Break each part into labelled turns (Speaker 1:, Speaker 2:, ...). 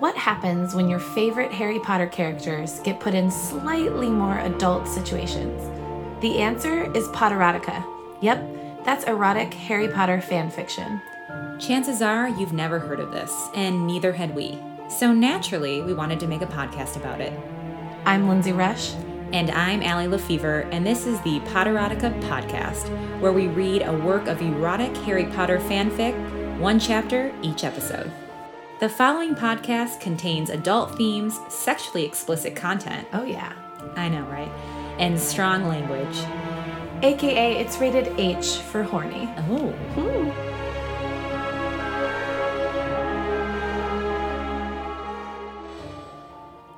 Speaker 1: What happens when your favorite Harry Potter characters get put in slightly more adult situations? The answer is Potterotica. Yep, that's erotic Harry Potter fan fiction.
Speaker 2: Chances are you've never heard of this, and neither had we. So naturally, we wanted to make a podcast about it.
Speaker 1: I'm Lindsay Rush.
Speaker 2: And I'm Allie Lefevre, and this is the Potterotica Podcast, where we read a work of erotic Harry Potter fanfic, one chapter each episode. The following podcast contains adult themes, sexually explicit content.
Speaker 1: Oh, yeah.
Speaker 2: I know, right? And strong language.
Speaker 1: AKA, it's rated H for horny.
Speaker 2: Oh.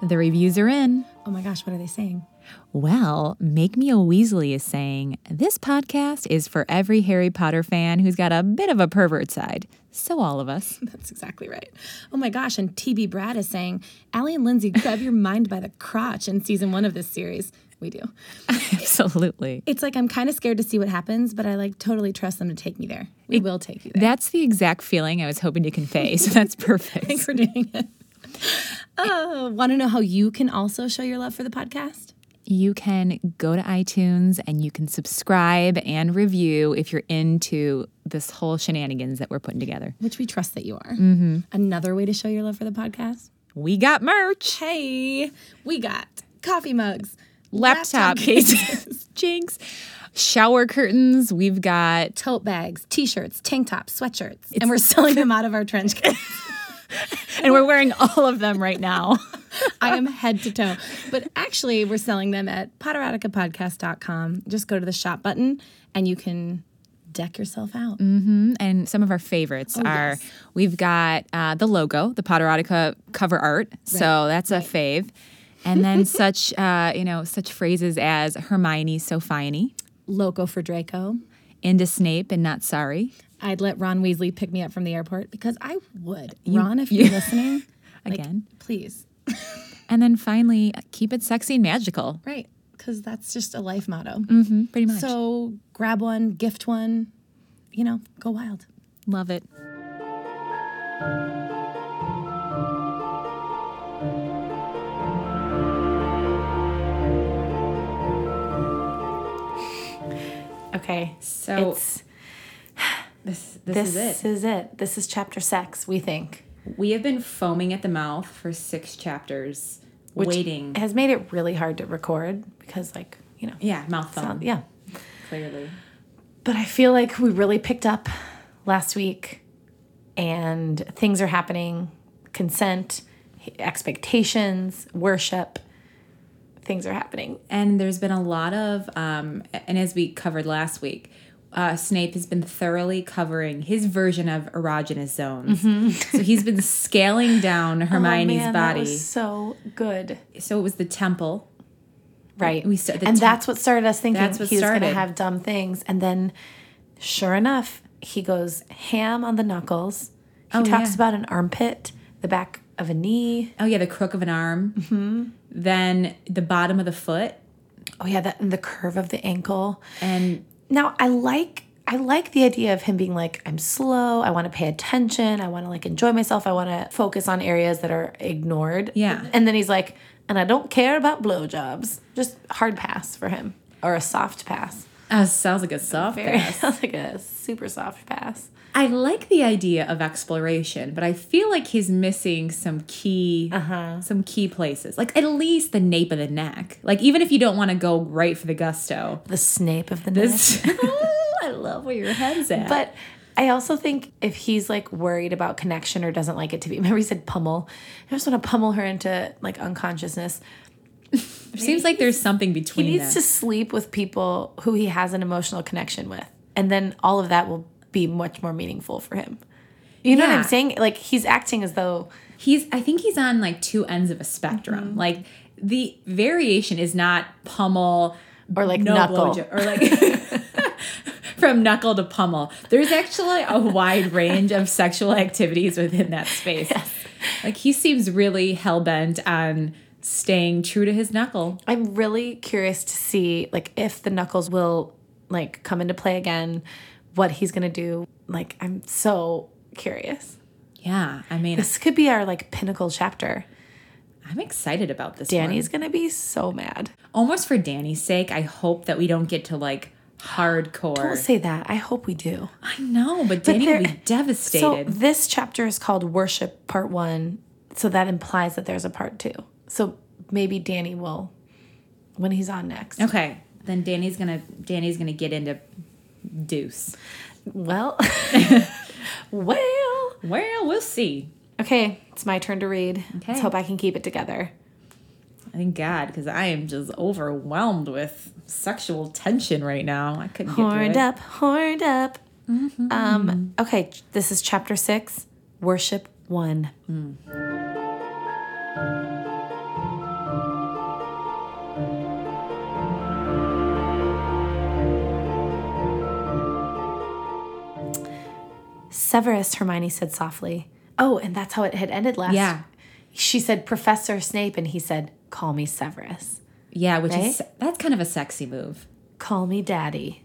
Speaker 2: The reviews are in.
Speaker 1: Oh my gosh, what are they saying?
Speaker 2: Well, Make Me a Weasley is saying this podcast is for every Harry Potter fan who's got a bit of a pervert side. So, all of us.
Speaker 3: That's exactly right. Oh my gosh, and TB Brad is saying, Allie and Lindsay grab your mind by the crotch in season one of this series. We do.
Speaker 2: Absolutely.
Speaker 3: It's like I'm kind of scared to see what happens, but I like totally trust them to take me there. We will take you there.
Speaker 2: That's the exact feeling I was hoping to convey, so that's
Speaker 3: I
Speaker 2: perfect.
Speaker 3: think we're doing it.
Speaker 1: Uh,
Speaker 3: Oh, want to know how you can also show your love for the podcast?
Speaker 2: You can go to iTunes and you can subscribe and review if you're into this whole shenanigans that we're putting together.
Speaker 3: Which we trust that you are.
Speaker 2: Mm-hmm.
Speaker 3: Another way to show your love for the podcast?
Speaker 2: We got merch,
Speaker 3: Hey, we got coffee mugs,
Speaker 2: laptop cases, jinx, shower curtains. We've got
Speaker 3: tote bags, t-shirts, tank tops, sweatshirts, and we're selling them out of our trench coat.
Speaker 2: and we're wearing all of them right now.
Speaker 3: I am head to toe. But actually, we're selling them at potteroticapodcast.com. Just go to the shop button and you can deck yourself out.
Speaker 2: Mm. and some of our favorites are we've got uh, the logo, the Potterotica cover art. So that's a fave. And then such uh, you know such phrases as Hermione so finey,
Speaker 3: Loco for Draco.
Speaker 2: into Snape and not sorry.
Speaker 3: I'd let Ron Weasley pick me up from the airport because I would. Ron, if you're listening, like,
Speaker 2: Again.
Speaker 3: please.
Speaker 2: And then finally, keep it sexy and magical.
Speaker 3: Right. Because that's just a life motto.
Speaker 2: Mm-hmm. Pretty much.
Speaker 3: So grab one, gift one, you know, go wild.
Speaker 2: Love it.
Speaker 1: Okay,
Speaker 2: So-
Speaker 1: it's,
Speaker 2: This,
Speaker 1: this is it. This is chapter sex, we think.
Speaker 2: We have been foaming at the mouth for six chapters,
Speaker 1: which has made it really hard to record because, like, you know, Um,
Speaker 2: Yeah, mouth foam.
Speaker 1: yeah.
Speaker 2: Clearly.
Speaker 1: But I feel like we really picked up last week and things are happening consent, expectations, worship. Things are happening.
Speaker 2: And there's been a lot of, um, and as we covered last week, uh, Snape has been thoroughly covering his version of erogenous zones. so he's been scaling down Hermione's
Speaker 1: Oh, Man, that
Speaker 2: body.
Speaker 1: was so good.
Speaker 2: So it was the temple.
Speaker 1: Right.
Speaker 2: We sta- the
Speaker 1: and
Speaker 2: te-
Speaker 1: that's what started us thinking
Speaker 2: That's what
Speaker 1: he was going to
Speaker 2: started.
Speaker 1: have dumb things. And then, sure enough, he goes ham on the knuckles. He talks
Speaker 2: yeah.
Speaker 1: about an armpit, the back of a knee.
Speaker 2: Oh, yeah, the crook of an arm. Then the bottom of the foot.
Speaker 1: Oh yeah, that and the curve of the ankle.
Speaker 2: And
Speaker 1: Now I like I like the idea of him being like I'm slow, I want to pay attention, I want to like enjoy myself, I want to focus on areas that are ignored.
Speaker 2: Yeah.
Speaker 1: And then he's like, and I don't care about blowjobs. Just hard pass for him or a soft pass.
Speaker 2: uh, sounds like a soft
Speaker 1: Very
Speaker 2: pass.
Speaker 1: like a super soft pass.
Speaker 2: I like the idea of exploration, but I feel like he's missing some key some key places. Like at least the nape of the neck. Like even if you don't want to go right for the gusto.
Speaker 1: The snape of the neck.
Speaker 2: This I love where your head's at.
Speaker 1: But I also think if he's like worried about connection or doesn't like it to be, remember he said pummel. I just want to pummel her into like unconsciousness.
Speaker 2: it seems like there's something between
Speaker 1: He needs to
Speaker 2: them.
Speaker 1: sleep with people who he has an emotional connection with. And then all of that will be much more meaningful for him. You know what
Speaker 2: Yeah.
Speaker 1: I'm saying? Like he's acting as though
Speaker 2: he's I think he's on like two ends of a spectrum. Like the variation is not pummel
Speaker 1: or like
Speaker 2: no
Speaker 1: knuckle.
Speaker 2: blowjo- or like from knuckle to pummel. There's actually a wide range of sexual activities within that space. Like he seems really hell bent on staying true to his knuckle.
Speaker 1: I'm really curious to see like if the knuckles will like come into play again, what he's gonna do. Like I'm so curious.
Speaker 2: Yeah, I mean,
Speaker 1: This could be our like pinnacle chapter.
Speaker 2: I'm excited about this. one.
Speaker 1: Danny's gonna be so mad.
Speaker 2: almost for Danny's sake, I hope that we don't get to like
Speaker 1: Don't
Speaker 2: hardcore.
Speaker 1: say that. I hope we do.
Speaker 2: I know, but Danny will
Speaker 1: there-
Speaker 2: be devastated.
Speaker 1: So this chapter is called Worship Part One, so that implies that there's a part two. So maybe Danny will when he's on next.
Speaker 2: okay, then Danny's gonna Danny's gonna get into deuce.
Speaker 1: Well, well.
Speaker 2: Well, we'll see.
Speaker 1: Okay, it's my turn to read.
Speaker 2: Okay.
Speaker 1: Let's hope I can keep it together.
Speaker 2: Thank God, because I am just overwhelmed with sexual tension right now. I couldn't get through
Speaker 1: Horned
Speaker 2: it. Mm-hmm.
Speaker 1: up, horned up. Um, okay, ch- this is chapter six, worship one. Severus, Hermione said softly. Oh, and that's how it had ended last.
Speaker 2: Yeah.
Speaker 1: She said, Professor Snape, and he said, Call me Severus.
Speaker 2: Yeah, which is that's kind of a sexy move.
Speaker 1: Call me Daddy.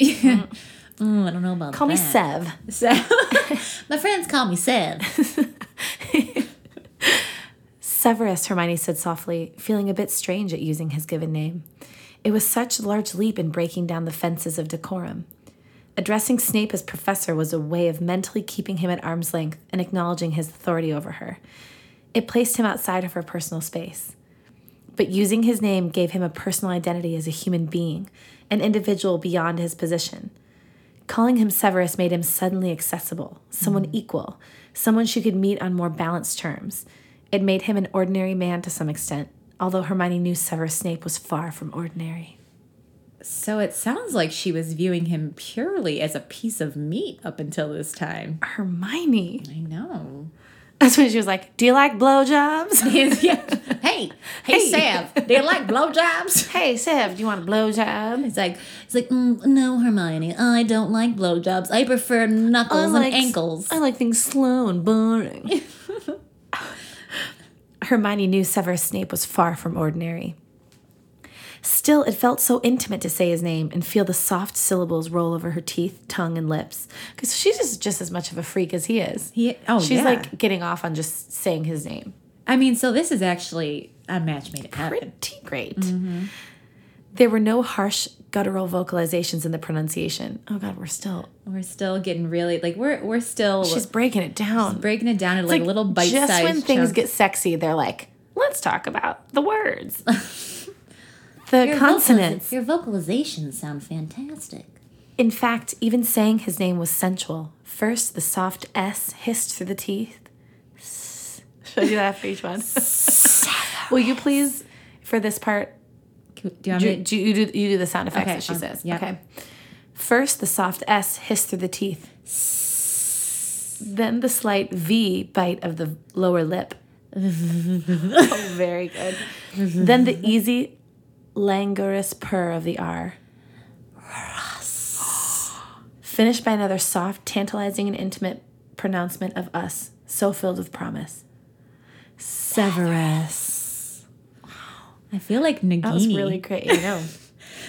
Speaker 2: Mm, I don't know about
Speaker 1: Call me
Speaker 2: that.
Speaker 1: Sev.
Speaker 2: Sev. My friends call me Sev.
Speaker 1: Severus, Hermione said softly, feeling a bit strange at using his given name. It was such a large leap in breaking down the fences of decorum. Addressing Snape as professor was a way of mentally keeping him at arm's length and acknowledging his authority over her. It placed him outside of her personal space. But using his name gave him a personal identity as a human being, an individual beyond his position. Calling him Severus made him suddenly accessible, someone equal, someone she could meet on more balanced terms. It made him an ordinary man to some extent, although Hermione knew Severus Snape was far from ordinary.
Speaker 2: So it sounds like she was viewing him purely as a piece of meat up until this time.
Speaker 1: Hermione.
Speaker 2: I know.
Speaker 1: That's when she was like, Do you like blowjobs?
Speaker 2: yeah. Hey, hey,
Speaker 1: Hey.
Speaker 2: Sav, do you like blowjobs?
Speaker 1: hey, Sev, do you want a blowjob?
Speaker 2: It's like, it's like, mm, no, Hermione, I don't like blowjobs. I prefer knuckles and ankles.
Speaker 1: I Oh, like things slow and boring. Hermione knew Severus Snape was far from ordinary. Still, it felt so intimate to say his name and feel the soft syllables roll over her teeth, tongue, and lips. Because she's just, just as much of a freak as he is.
Speaker 2: He- oh,
Speaker 1: she's
Speaker 2: yeah.
Speaker 1: like getting off on just saying his name.
Speaker 2: I mean, so this is actually a match made in heaven.
Speaker 1: Pretty great.
Speaker 2: Mm-hmm.
Speaker 1: There were no harsh guttural vocalizations in the pronunciation. Oh God, we're still
Speaker 2: We're still getting really like we're we're still
Speaker 1: she's breaking it down.
Speaker 2: breaking it down into like, little bite
Speaker 1: Just
Speaker 2: sized
Speaker 1: when things get sexy, they're like, let's talk about the words, the consonants.
Speaker 2: your vocalizations sound fantastic.
Speaker 1: In fact, even saying his name was sensual. First, the soft S hissed through the teeth. Should I do that for each one? Will you please, for this part,
Speaker 2: Do you want
Speaker 1: do,
Speaker 2: me to
Speaker 1: do you do you do the sound effects
Speaker 2: Okay,
Speaker 1: that she
Speaker 2: um,
Speaker 1: says?
Speaker 2: yeah.
Speaker 1: Okay. First, the soft S hissed through the teeth. Then the slight V bite of the lower lip. oh, very good. then the easy, languorous purr of the R. Finished by another soft, tantalizing, and intimate pronouncement of us, so filled with promise. Severus.
Speaker 2: I feel like Nagini.
Speaker 1: That was really great. You know.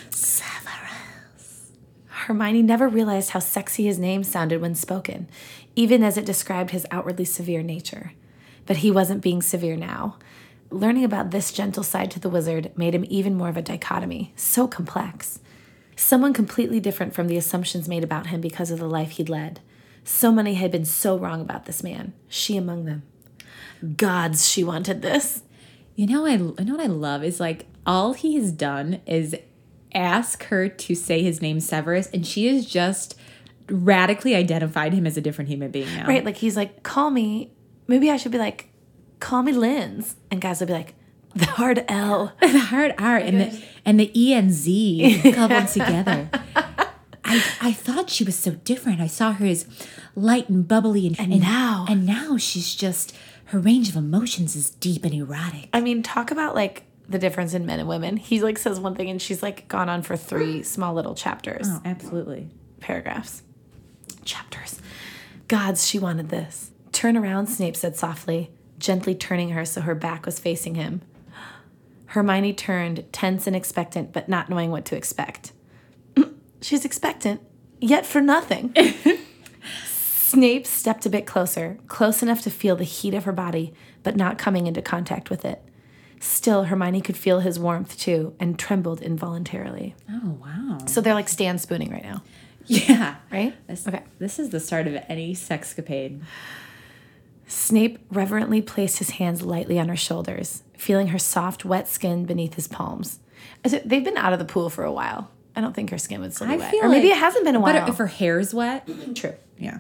Speaker 1: Severus. Hermione never realized how sexy his name sounded when spoken, even as it described his outwardly severe nature. But he wasn't being severe now. Learning about this gentle side to the wizard made him even more of a dichotomy, so complex. Someone completely different from the assumptions made about him because of the life he'd led. So many had been so wrong about this man, she among them. Gods, she wanted this.
Speaker 2: You know, I you know what I love is like all he has done is ask her to say his name Severus, and she has just radically identified him as a different human being now.
Speaker 1: Right, like he's like, call me. Maybe I should be like, call me Linz. And guys will be like, the hard L.
Speaker 2: The hard R and the and the E and Z coupled together. I I thought she was so different. I saw her as light and bubbly, and, and,
Speaker 1: now-
Speaker 2: and now she's just her range of emotions is deep and erotic.
Speaker 1: I mean, talk about like the difference in men and women. He like says one thing and she's like gone on for three small little chapters,
Speaker 2: Oh. absolutely.
Speaker 1: paragraphs, chapters. Gods, she wanted this. Turn around, Snape said softly, gently turning her so her back was facing him. Hermione turned, tense and expectant, but not knowing what to expect. She's expectant, yet for nothing. Snape stepped a bit closer, close enough to feel the heat of her body, but not coming into contact with it. Still, Hermione could feel his warmth too and trembled involuntarily.
Speaker 2: Oh, wow.
Speaker 1: So they're like stand spooning right now,
Speaker 2: Yeah.
Speaker 1: right?
Speaker 2: This,
Speaker 1: Okay.
Speaker 2: This is the start of any sexcapade.
Speaker 1: Snape reverently placed his hands lightly on her shoulders, feeling her soft, wet skin beneath his palms. As it- They've been out of the pool for a while. I don't think her skin would still be
Speaker 2: I
Speaker 1: wet.
Speaker 2: feel
Speaker 1: Or maybe
Speaker 2: like-
Speaker 1: it hasn't been a while.
Speaker 2: But if her hair's wet.
Speaker 1: True.
Speaker 2: Yeah.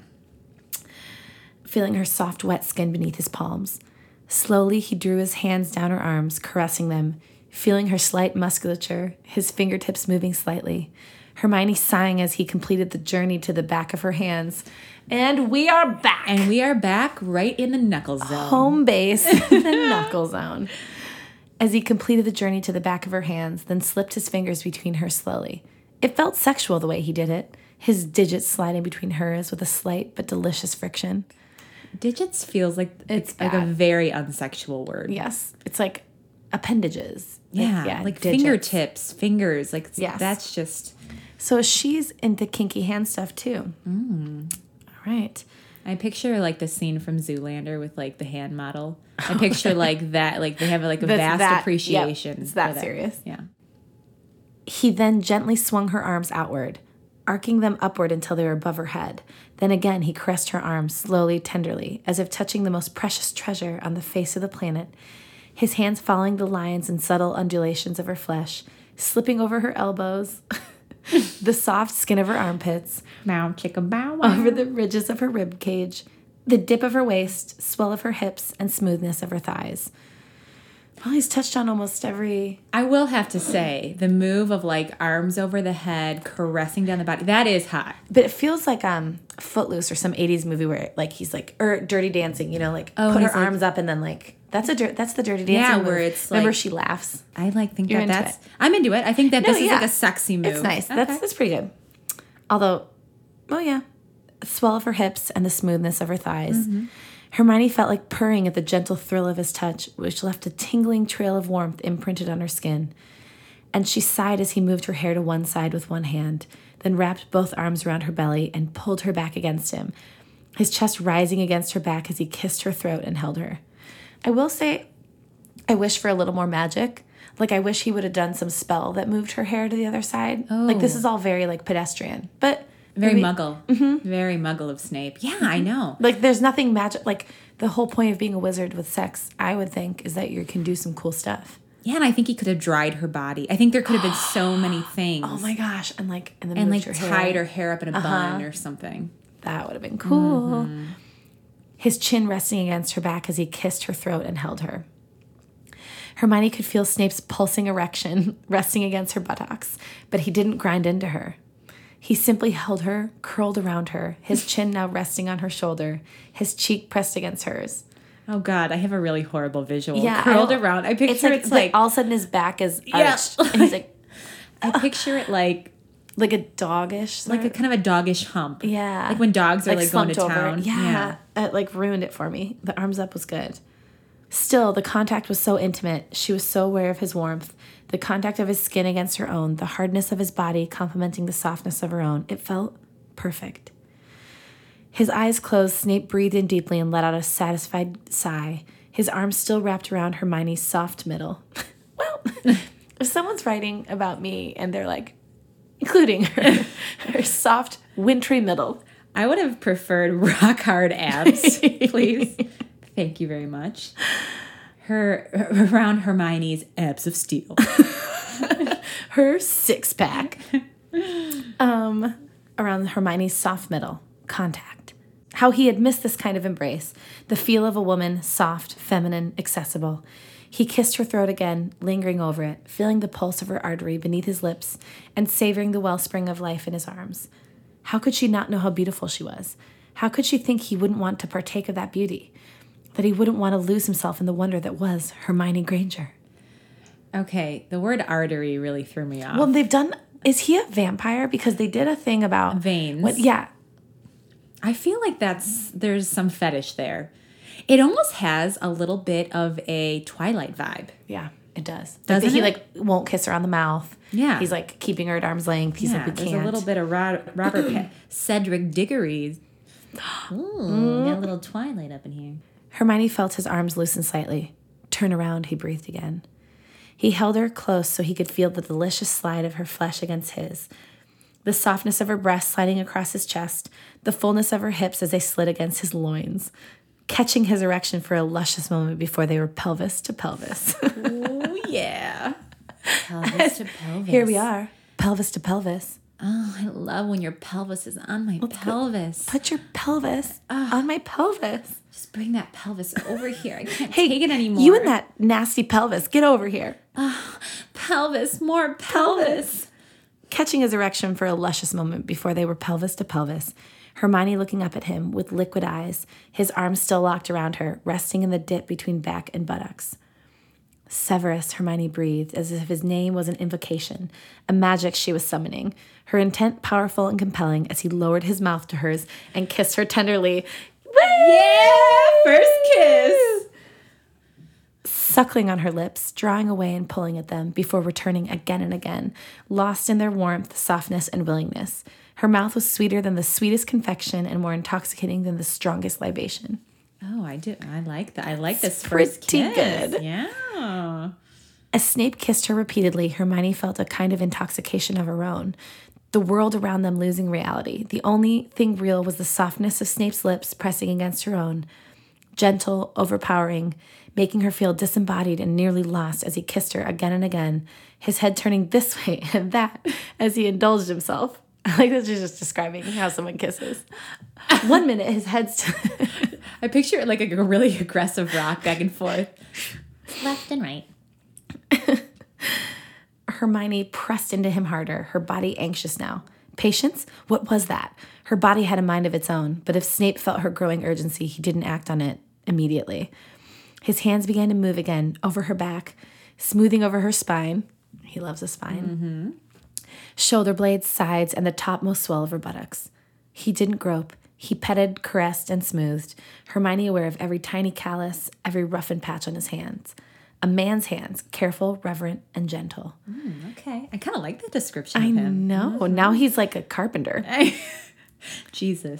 Speaker 1: feeling her soft, wet skin beneath his palms. Slowly, he drew his hands down her arms, caressing them, feeling her slight musculature, his fingertips moving slightly. Hermione sighing as he completed the journey to the back of her hands. And we are back!
Speaker 2: And we are back right in the knuckle zone.
Speaker 1: home base, the knuckle zone. As he completed the journey to the back of her hands, then slipped his fingers between her slowly. It felt sexual the way he did it, his digits sliding between hers with a slight but delicious friction.
Speaker 2: Digits feels like it's, like a
Speaker 1: bad.
Speaker 2: very unsexual word.
Speaker 1: Yes. It's like appendages.
Speaker 2: Yeah, like
Speaker 1: digits.
Speaker 2: fingertips, fingers, like
Speaker 1: Yes.
Speaker 2: that's just.
Speaker 1: So she's into kinky hand stuff too.
Speaker 2: Mm.
Speaker 1: All right.
Speaker 2: I picture like the scene from Zoolander with like the hand model. I picture like that, like they have like a
Speaker 1: That's
Speaker 2: vast
Speaker 1: that- yep,
Speaker 2: appreciation.
Speaker 1: it's that
Speaker 2: for
Speaker 1: serious.
Speaker 2: Yeah.
Speaker 1: He then gently swung her arms outward, arcing them upward until they were above her head. Then again, he caressed her arms slowly, tenderly, as if touching the most precious treasure on the face of the planet. His hands following the lines and subtle undulations of her flesh, slipping over her elbows, the soft skin of her armpits,
Speaker 2: Now chicka bow
Speaker 1: over the ridges of her rib cage, the dip of her waist, swell of her hips, and smoothness of her thighs. Well, he's touched on almost every.
Speaker 2: I will have to say the move of like arms over the head, caressing down the body. That is hot.
Speaker 1: But it feels like um Footloose or some '80s movie where like he's like or Dirty Dancing, you know, like
Speaker 2: Oh,
Speaker 1: put her
Speaker 2: he's like-
Speaker 1: arms up and then like that's a dir- that's the Dirty Dancing.
Speaker 2: Yeah,
Speaker 1: move.
Speaker 2: where it's
Speaker 1: remember
Speaker 2: like-
Speaker 1: she laughs.
Speaker 2: I like think
Speaker 1: You're
Speaker 2: that
Speaker 1: into
Speaker 2: that's. I'm into it. I think that
Speaker 1: No,
Speaker 2: this is like
Speaker 1: yeah.
Speaker 2: a sexy move.
Speaker 1: It's nice.
Speaker 2: Okay.
Speaker 1: That's that's pretty good. Although, oh yeah, the swell of her hips and the smoothness of her thighs.
Speaker 2: Mm-hmm.
Speaker 1: Hermione felt like purring at the gentle thrill of his touch, which left a tingling trail of warmth imprinted on her skin. And she sighed as he moved her hair to one side with one hand, then wrapped both arms around her belly and pulled her back against him, his chest rising against her back as he kissed her throat and held her. I will say, I wish for a little more magic. Like I wish he would have done some spell that moved her hair to the other side. Like this is all very like pedestrian, but
Speaker 2: very
Speaker 1: maybe-
Speaker 2: muggle.
Speaker 1: Mm-hmm.
Speaker 2: Very muggle of Snape. Yeah, I know.
Speaker 1: Like there's nothing magic. Like the whole point of being a wizard with sex, I would think, is that you can do some cool stuff.
Speaker 2: Yeah, and I think he could have dried her body. I think there could have been so many things.
Speaker 1: Oh my gosh! And like and then
Speaker 2: and like
Speaker 1: moved her hair.
Speaker 2: tied her hair Uh-huh. up in a bun or something.
Speaker 1: That would have been cool. His chin resting against her back as he kissed her throat and held her. Hermione could feel Snape's pulsing erection resting against her buttocks, but he didn't grind into her. He simply held her, curled around her, his chin now resting on her shoulder, his cheek pressed against hers.
Speaker 2: Oh God, I have a really horrible visual.
Speaker 1: Yeah, I
Speaker 2: curled
Speaker 1: don't-
Speaker 2: around. I picture it's like,
Speaker 1: all of a sudden his back is
Speaker 2: Yeah.
Speaker 1: arched, and he's like
Speaker 2: I picture it like
Speaker 1: like a doggish,
Speaker 2: like a kind of a doggish hump.
Speaker 1: yeah,
Speaker 2: like when dogs are like, going to
Speaker 1: slumped over.
Speaker 2: town.
Speaker 1: Yeah, It like ruined it for me. The arms up was good. Still, the contact was so intimate. She was so aware of his warmth. The contact of his skin against her own, the hardness of his body complementing the softness of her own. It felt perfect. His eyes closed, Snape breathed in deeply and let out a satisfied sigh, his arms still wrapped around Hermione's soft middle. well, if someone's writing about me and they're like, including her, her soft, wintry middle,
Speaker 2: I would have preferred rock hard abs, please. Thank you very much. Her around Hermione's abs of steel.
Speaker 1: her six pack um, around Hermione's soft middle, contact. How he had missed this kind of embrace, the feel of a woman, soft, feminine, accessible. He kissed her throat again, lingering over it, feeling the pulse of her artery beneath his lips, and savoring the wellspring of life in his arms. How could she not know how beautiful she was? How could she think he wouldn't want to partake of that beauty? That he wouldn't want to lose himself in the wonder that was Hermione Granger?
Speaker 2: Okay, the word artery really threw me off.
Speaker 1: Well, they've done. Is he a vampire? Because they did a thing about
Speaker 2: Veins.
Speaker 1: What, yeah,
Speaker 2: I feel like that's there's some fetish there. It almost has a little bit of a Twilight vibe.
Speaker 1: yeah, it does. Like,
Speaker 2: Doesn't
Speaker 1: he
Speaker 2: it?
Speaker 1: like won't kiss her on the mouth?
Speaker 2: Yeah.
Speaker 1: he's like keeping her at arm's length. He's
Speaker 2: Yeah,
Speaker 1: like, we
Speaker 2: there's
Speaker 1: can't.
Speaker 2: a little bit of Rod, Robert Pe- Cedric Diggory
Speaker 1: Mm.
Speaker 2: Ooh, we got a little twilight up in here.
Speaker 1: Hermione felt his arms loosen slightly. Turn around, he breathed again. He held her close so he could feel the delicious slide of her flesh against his, the softness of her breast sliding across his chest, the fullness of her hips as they slid against his loins, catching his erection for a luscious moment before they were pelvis to pelvis.
Speaker 2: Oh yeah. Pelvis to pelvis.
Speaker 1: Here we are, pelvis to pelvis.
Speaker 2: Oh, I love when your pelvis is on my pelvis.
Speaker 1: Put your pelvis on my pelvis.
Speaker 2: Just bring that pelvis over here. I can't
Speaker 1: Hey,
Speaker 2: take it anymore.
Speaker 1: You and that nasty pelvis, get over here.
Speaker 2: pelvis, more pelvis.
Speaker 1: Catching his erection for a luscious moment before they were pelvis to pelvis, Hermione looking up at him with liquid eyes, his arms still locked around her, resting in the dip between back and buttocks. Severus, Hermione breathed, as if his name was an invocation, a magic she was summoning, her intent powerful and compelling as he lowered his mouth to hers and kissed her tenderly.
Speaker 2: First kiss.
Speaker 1: suckling on her lips, drawing away and pulling at them before returning again and again, lost in their warmth, softness, and willingness. Her mouth was sweeter than the sweetest confection and more intoxicating than the strongest libation.
Speaker 2: Oh, I do. I like that. I like this
Speaker 1: Pretty
Speaker 2: first kiss.
Speaker 1: good.
Speaker 2: Yeah.
Speaker 1: As Snape kissed her repeatedly, Hermione felt a kind of intoxication of her own. The world around them losing reality. The only thing real was the softness of Snape's lips pressing against her own, gentle, overpowering, making her feel disembodied and nearly lost as he kissed her again and again, his head turning this way and that as he indulged himself. I like that she's just describing how someone kisses. One minute, his head's.
Speaker 2: I picture it like a really aggressive rock back and forth, left and right.
Speaker 1: Hermione pressed into him harder, her body anxious now. Patience? What was that? Her body had a mind of its own, but if Snape felt her growing urgency, he didn't act on it immediately. His hands began to move again over her back, smoothing over her spine. He loves a spine. Shoulder blades, sides, and the topmost swell of her buttocks. He didn't grope. He petted, caressed, and smoothed, Hermione aware of every tiny callus, every roughened patch on his hands. A man's hands, careful, reverent, and gentle.
Speaker 2: Okay, I kind of like that description of him.
Speaker 1: No, now he's like a carpenter.
Speaker 2: Jesus,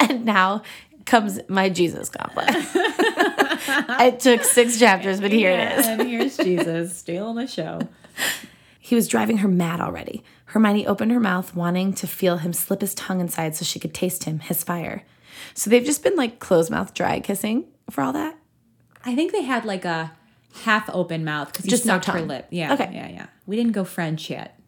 Speaker 1: And now comes my Jesus complex. it took six chapters, but here it is.
Speaker 2: and Um, here's Jesus stealing the show.
Speaker 1: He was driving her mad already. Hermione opened her mouth, wanting to feel him slip his tongue inside so she could taste him, his fire. So they've just been like closed mouth, dry kissing for all that.
Speaker 2: I think they had like a half open mouth because
Speaker 1: Just
Speaker 2: just
Speaker 1: no
Speaker 2: not her
Speaker 1: tongue.
Speaker 2: lip. Yeah,
Speaker 1: Okay.
Speaker 2: yeah, yeah. We didn't go French yet.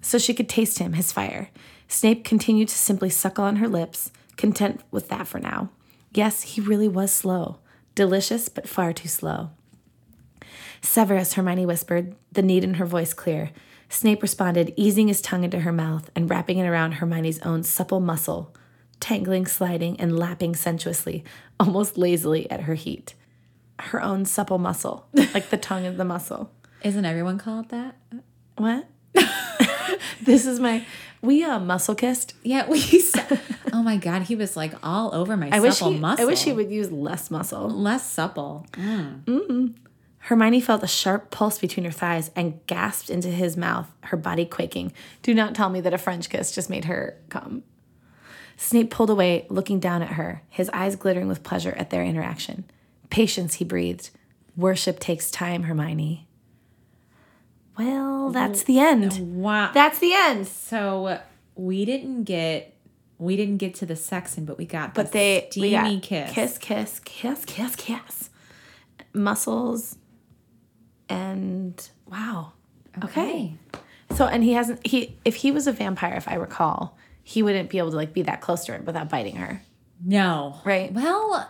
Speaker 1: so she could taste him, his fire. Snape continued to simply suckle on her lips, content with that for now. Yes, he really was slow, delicious, but far too slow. Severus, Hermione whispered, the need in her voice clear. Snape responded, easing his tongue into her mouth and wrapping it around Hermione's own supple muscle, tangling, sliding, and lapping sensuously, almost lazily at her heat. Her own supple muscle, like the tongue of the muscle.
Speaker 2: Isn't everyone called that?
Speaker 1: What? this is my. We uh, muscle kissed.
Speaker 2: Yeah, we. s- oh my God, he was like all over my
Speaker 1: I wish
Speaker 2: supple
Speaker 1: he.
Speaker 2: muscle.
Speaker 1: I wish he would use less muscle.
Speaker 2: less supple.
Speaker 1: Hermione felt a sharp pulse between her thighs and gasped into his mouth, her body quaking. Do not tell me that a French kiss just made her come. Snape pulled away, looking down at her, his eyes glittering with pleasure at their interaction. Patience, he breathed. Worship takes time, Hermione. Well, that's the end.
Speaker 2: Wow.
Speaker 1: That's the end.
Speaker 2: so we didn't get. We didn't get to the sexing, but we got
Speaker 1: But they
Speaker 2: steamy
Speaker 1: we got
Speaker 2: kiss.
Speaker 1: kiss, kiss, kiss, kiss, kiss. Muscles, and wow. Okay. So, and he hasn't. He if he was a vampire, if I recall, he wouldn't be able to like be that close to her without biting her.
Speaker 2: No.
Speaker 1: Right.
Speaker 2: Well,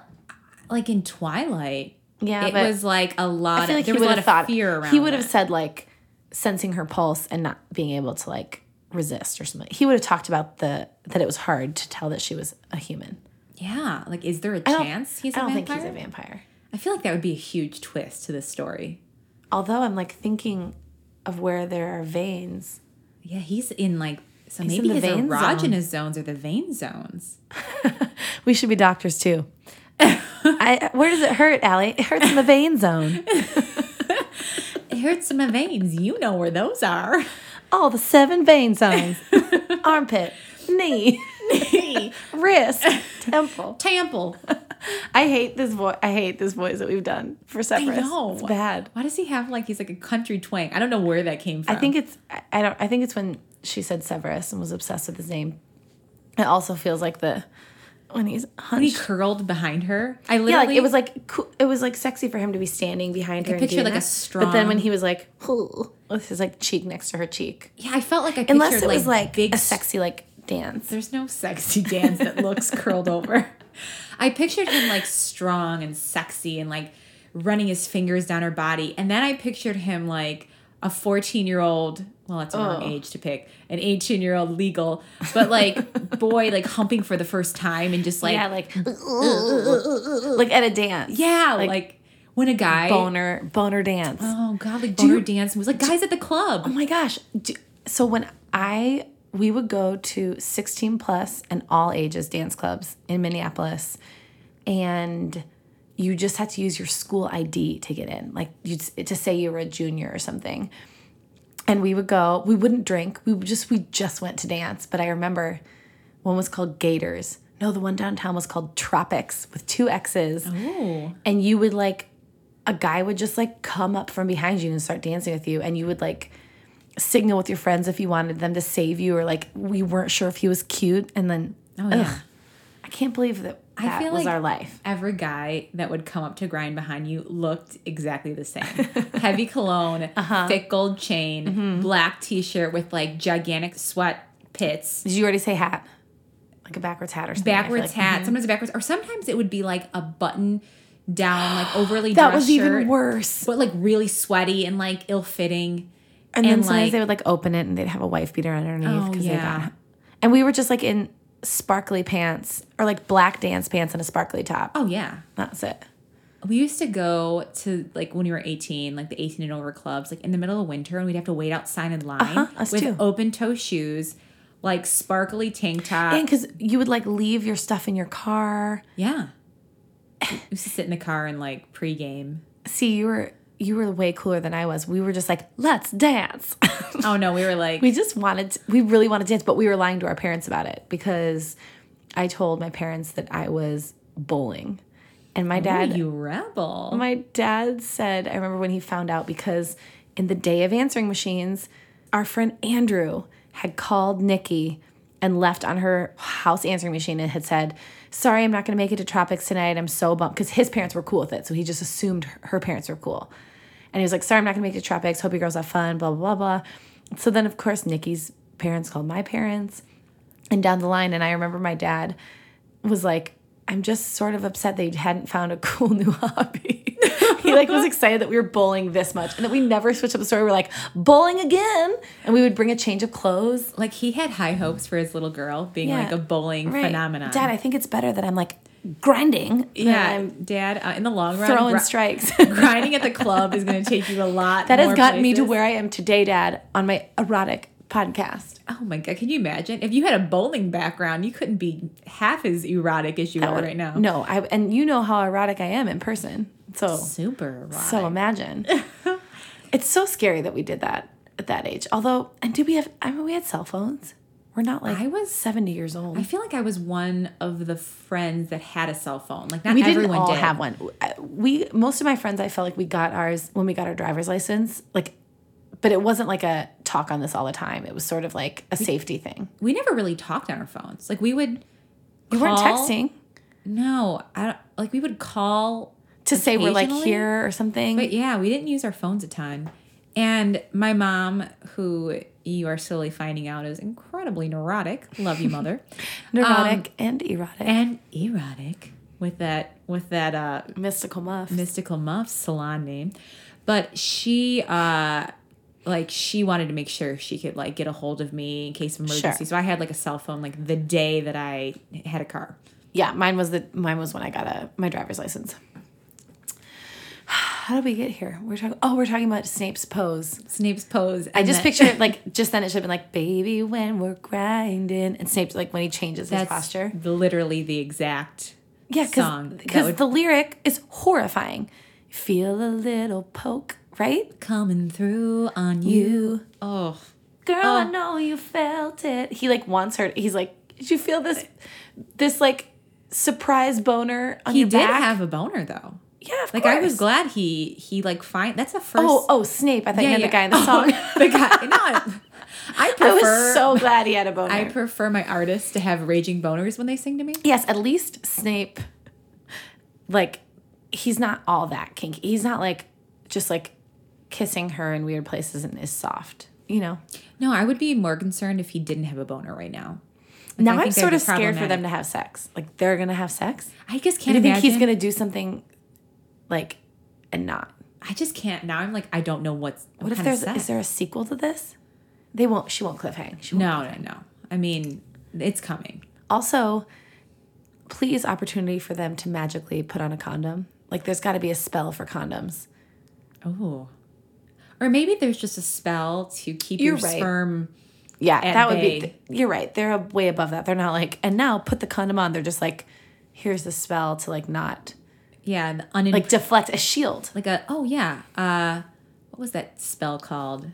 Speaker 2: like in Twilight,
Speaker 1: Yeah,
Speaker 2: it
Speaker 1: but
Speaker 2: was like a lot
Speaker 1: I feel
Speaker 2: of
Speaker 1: like
Speaker 2: there
Speaker 1: he
Speaker 2: was a
Speaker 1: would
Speaker 2: lot
Speaker 1: have
Speaker 2: of
Speaker 1: thought
Speaker 2: fear around.
Speaker 1: he would have
Speaker 2: that.
Speaker 1: said like sensing her pulse and not being able to like resist or something. He would have talked about the that it was hard to tell that she was a human.
Speaker 2: Yeah. Like is there a
Speaker 1: don't-
Speaker 2: chance he's
Speaker 1: I don't
Speaker 2: a vampire?
Speaker 1: think he's a vampire.
Speaker 2: I feel like that would be a huge twist to this story.
Speaker 1: Although I'm like thinking of where there are veins.
Speaker 2: Yeah, he's in like so
Speaker 1: He's in
Speaker 2: maybe
Speaker 1: the
Speaker 2: his
Speaker 1: vein zone.
Speaker 2: erogenous zones are the vein zones.
Speaker 1: We should be doctors too. I, where does it hurt, Allie? It hurts in the vein zone.
Speaker 2: It hurts in my veins. You know where those are.
Speaker 1: All the seven vein zones armpit, knee, knee, wrist, temple.
Speaker 2: Temple.
Speaker 1: I hate this voice. I hate this voice that we've done for Severus.
Speaker 2: know.
Speaker 1: It's bad.
Speaker 2: Why does he have like he's like a country twang? I don't know where that came from.
Speaker 1: I think it's I- I don't I think it's when she said Severus and was obsessed with his name. It also feels like the when he's
Speaker 2: he
Speaker 1: hunched.
Speaker 2: curled behind her. I
Speaker 1: yeah,
Speaker 2: literally
Speaker 1: like it was like cool, it was like sexy for him to be standing behind her. and
Speaker 2: picture,
Speaker 1: doing
Speaker 2: like, a
Speaker 1: that. But then when
Speaker 2: strong-
Speaker 1: he was like, "Ooh," with his like cheek next to her cheek,
Speaker 2: yeah, I felt like I
Speaker 1: unless
Speaker 2: pictured,
Speaker 1: it was like,
Speaker 2: big
Speaker 1: a sexy like dance.
Speaker 2: There's no sexy dance that looks curled over. I pictured him like strong and sexy and like running his fingers down her body. And then I pictured him like a 14 year old, well, that's the wrong age to pick, an 18 year old legal, but like boy, like humping for the first time and just like,
Speaker 1: yeah,
Speaker 2: yeah,
Speaker 1: like like at a dance.
Speaker 2: like, when a guy.
Speaker 1: boner boner dance.
Speaker 2: Oh, God, like boner dance was like guys at the
Speaker 1: Oh
Speaker 2: club.
Speaker 1: my gosh. Do, so when I we would go to 16 plus and all ages dance clubs in Minneapolis and you just had to use your school ID to get in. Like you to say you were a junior or something. And we would go, we wouldn't drink. We would just we just went to dance, but I remember one was called Gators. No, the one downtown was called Tropics with two X's
Speaker 2: Oh,
Speaker 1: and you would like a guy would just like come up from behind you and start dancing with you and you would like signal with your friends if you wanted them to save you or like we weren't sure if he was cute and then
Speaker 2: oh yeah.
Speaker 1: Ugh. i can't believe that that
Speaker 2: feel
Speaker 1: was
Speaker 2: like-
Speaker 1: our life
Speaker 2: every guy that would come up to grind behind you looked exactly the same. Heavy cologne,
Speaker 1: Uh-huh.
Speaker 2: thick gold chain,
Speaker 1: Mm-hmm.
Speaker 2: black t-shirt with like gigantic sweat pits,
Speaker 1: did you already say hat like a backwards hat or something I feel
Speaker 2: backwards
Speaker 1: like. mm-hmm.
Speaker 2: hat, sometimes backwards, or sometimes it would be like a button down, like overly
Speaker 1: that
Speaker 2: dressed
Speaker 1: was even
Speaker 2: shirt,
Speaker 1: worse
Speaker 2: but like really sweaty and like ill-fitting.
Speaker 1: and, then
Speaker 2: and,
Speaker 1: sometimes
Speaker 2: like-
Speaker 1: they would like open it and they'd have a wife beater underneath
Speaker 2: Oh,
Speaker 1: because they
Speaker 2: yeah.
Speaker 1: got and we were just like in sparkly pants or like black dance pants and a sparkly top
Speaker 2: Oh yeah.
Speaker 1: that's it
Speaker 2: We used to go to like when we were 18, like the 18 and over clubs, like in the middle of winter, and we'd have to wait outside in line
Speaker 1: Uh-huh, us
Speaker 2: with
Speaker 1: too.
Speaker 2: open toe shoes, like sparkly tank top.
Speaker 1: and because you would like leave your stuff in your car
Speaker 2: yeah. We used to sit in the car and like pregame.
Speaker 1: see you were you were way cooler than i was we were just like let's dance
Speaker 2: Oh no, we were like,
Speaker 1: we just wanted to, we really wanted to dance but we were lying to our parents about it because i told my parents that i was bowling and my dad
Speaker 2: you rebel.
Speaker 1: my dad said i remember when he found out because in the day of answering machines our friend andrew had called nikki and left on her house answering machine and had said sorry i'm not going to make it to tropics tonight i'm so bummed because his parents were cool with it so he just assumed her her parents were cool and he was like, sorry, I'm not gonna make it to Tropics. Hope you girls have fun, blah, blah, blah, blah. So then, of course, Nikki's parents called my parents and down the line. And I remember my dad was like, I'm just sort of upset they hadn't found a cool new hobby. he like was excited that we were bowling this much and that we never switched up the story. We're like, bowling again. And we would bring a change of clothes.
Speaker 2: like he had high hopes for his little girl being
Speaker 1: Yeah,
Speaker 2: like a bowling
Speaker 1: Right.
Speaker 2: phenomenon.
Speaker 1: Dad, I think it's better that I'm like grinding. than
Speaker 2: yeah,
Speaker 1: I'm
Speaker 2: Dad. Uh, in the long run,
Speaker 1: throwing
Speaker 2: gri-
Speaker 1: strikes.
Speaker 2: grinding at the club is going to take you a lot.
Speaker 1: That has
Speaker 2: more
Speaker 1: gotten me to
Speaker 2: places.
Speaker 1: where I am today, Dad, on my erotic podcast.
Speaker 2: Oh my god, can you imagine? If you had a bowling background, you couldn't be half as erotic as you are right now.
Speaker 1: No, I and you know how erotic I am in person. So
Speaker 2: Super erotic.
Speaker 1: so imagine. it's so scary that we did that at that age. Although, and did we have? I mean, we had cell phones. We're not like
Speaker 2: I was-
Speaker 1: seventy years old.
Speaker 2: I feel like I was one of the friends that had a cell phone. Like not
Speaker 1: we
Speaker 2: everyone
Speaker 1: didn't all
Speaker 2: did.
Speaker 1: have one. I- We most of my friends, I felt like we got ours when we got our driver's license. Like, but it wasn't like a talk on this all the time. It was sort of like a safety thing.
Speaker 2: We never really talked on our phones. Like we would.
Speaker 1: We weren't
Speaker 2: call-
Speaker 1: texting
Speaker 2: No, I don't, like we would call.
Speaker 1: to say we're like
Speaker 2: Occasionally?
Speaker 1: here or something.
Speaker 2: But yeah, we didn't use our phones a ton. And my mom, who you are slowly finding out is incredibly neurotic. Love you, mother.
Speaker 1: Neurotic um, and erotic.
Speaker 2: and erotic with that with that uh
Speaker 1: Mystical muff.
Speaker 2: Mystical Muffs salon name. But she uh like she wanted to make sure she could like get a hold of me in case of emergency.
Speaker 1: Sure.
Speaker 2: So I had like a cell phone like the day that I had a car.
Speaker 1: yeah, mine was the mine was when I got a my driver's license. How did we get here? We're talking. Oh, we're talking about Snape's pose.
Speaker 2: Snape's pose.
Speaker 1: I just picture it like just then it should have been like baby when we're grinding and Snape's like when he changes his posture.
Speaker 2: literally the exact
Speaker 1: Yeah, because
Speaker 2: song. That
Speaker 1: because
Speaker 2: would-
Speaker 1: the lyric is horrifying. Feel a little poke, right?
Speaker 2: coming through on you.
Speaker 1: You
Speaker 2: Oh.
Speaker 1: Oh. girl, I know you felt it. He like wants her. He's like Did you feel this this like surprise boner on
Speaker 2: He
Speaker 1: your
Speaker 2: did
Speaker 1: back?
Speaker 2: have a boner though.
Speaker 1: yeah, of
Speaker 2: Like
Speaker 1: course.
Speaker 2: I was glad he he like find that's the first.
Speaker 1: Oh, oh, Snape! I thought you meant the guy in the
Speaker 2: Oh,
Speaker 1: song.
Speaker 2: the guy. No, I- I
Speaker 1: I
Speaker 2: prefer.
Speaker 1: was so glad he had a boner.
Speaker 2: I prefer my artists to have raging boners when they sing to me.
Speaker 1: yes, at least Snape, like, he's not all that kinky. He's not like just like kissing her in weird places and is soft. You know.
Speaker 2: No, I would be more concerned if he didn't have a boner right now. I
Speaker 1: Now I'm
Speaker 2: think that'd
Speaker 1: sort
Speaker 2: be
Speaker 1: of scared for them
Speaker 2: problematic.
Speaker 1: to have sex. Like they're gonna have sex.
Speaker 2: I just
Speaker 1: Do
Speaker 2: can't
Speaker 1: you think
Speaker 2: imagine.
Speaker 1: he's gonna do something like and not?
Speaker 2: I just can't. Now I'm like, I don't know what's. What,
Speaker 1: What if
Speaker 2: kind
Speaker 1: there's
Speaker 2: of sex.
Speaker 1: is there a sequel to this? They won't. She won't cliffhang. She won't.
Speaker 2: No, no, no. I mean, it's coming.
Speaker 1: Also, please opportunity for them to magically put on a condom. Like there's got to be a spell for condoms.
Speaker 2: Oh. Or maybe there's just a spell to keep
Speaker 1: You're
Speaker 2: your
Speaker 1: right.
Speaker 2: sperm.
Speaker 1: Yeah,
Speaker 2: At
Speaker 1: that would be.
Speaker 2: bay.
Speaker 1: th- you're right. They're ab- way above that. They're not like and now put the condom on. They're just like, here's the spell to like not
Speaker 2: Yeah, the unin-
Speaker 1: like
Speaker 2: like,
Speaker 1: deflect a shield.
Speaker 2: a oh yeah. Uh, what was that spell called?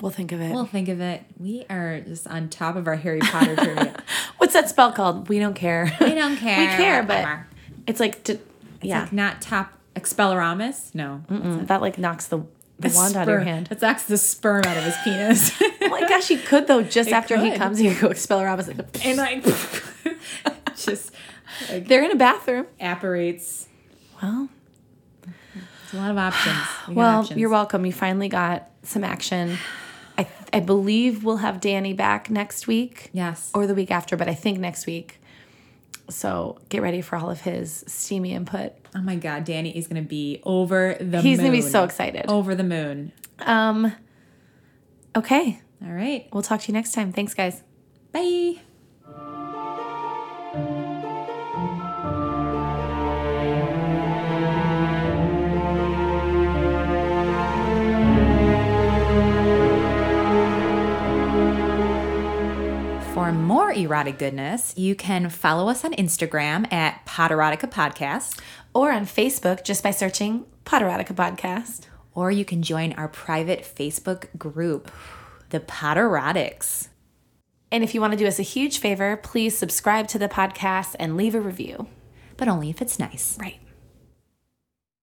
Speaker 1: We'll think of it.
Speaker 2: We'll think of it. We are just on top of our Harry Potter trivia.
Speaker 1: What's that spell called? We don't care.
Speaker 2: We don't care.
Speaker 1: we care,
Speaker 2: whatever.
Speaker 1: but it's like to, yeah,
Speaker 2: Like, not top expelleramus. No,
Speaker 1: Mm, that like knocks the, the wand out of your
Speaker 2: Sperm.
Speaker 1: hand.
Speaker 2: It sucks the sperm out of his penis.
Speaker 1: Oh my gosh, he could though. Just after he
Speaker 2: could.
Speaker 1: comes, he could go expel her. I was like,
Speaker 2: and like just like,
Speaker 1: they're in a bathroom.
Speaker 2: apparates.
Speaker 1: Well,
Speaker 2: It's a lot of options. We got
Speaker 1: well,
Speaker 2: options.
Speaker 1: you're welcome. You finally got some action. I I believe we'll have Danny back next week.
Speaker 2: Yes.
Speaker 1: or the week after, but I think next week. So get ready for all of his steamy input.
Speaker 2: Oh my God, Danny is gonna be over the moon.
Speaker 1: He's gonna be so excited.
Speaker 2: Over the moon.
Speaker 1: Um. Okay,
Speaker 2: All right.
Speaker 1: we'll talk to you next time. Thanks, guys.
Speaker 2: Bye. For more erotic goodness, you can follow us on Instagram at Poderotica Podcast,
Speaker 1: Or on Facebook, just by searching Poderotica Podcast.
Speaker 2: or you can join our private Facebook group, The Poderotics.
Speaker 1: And if you want to do us a huge favor, please subscribe to the podcast and leave a review.
Speaker 2: but only if it's nice.
Speaker 1: Right.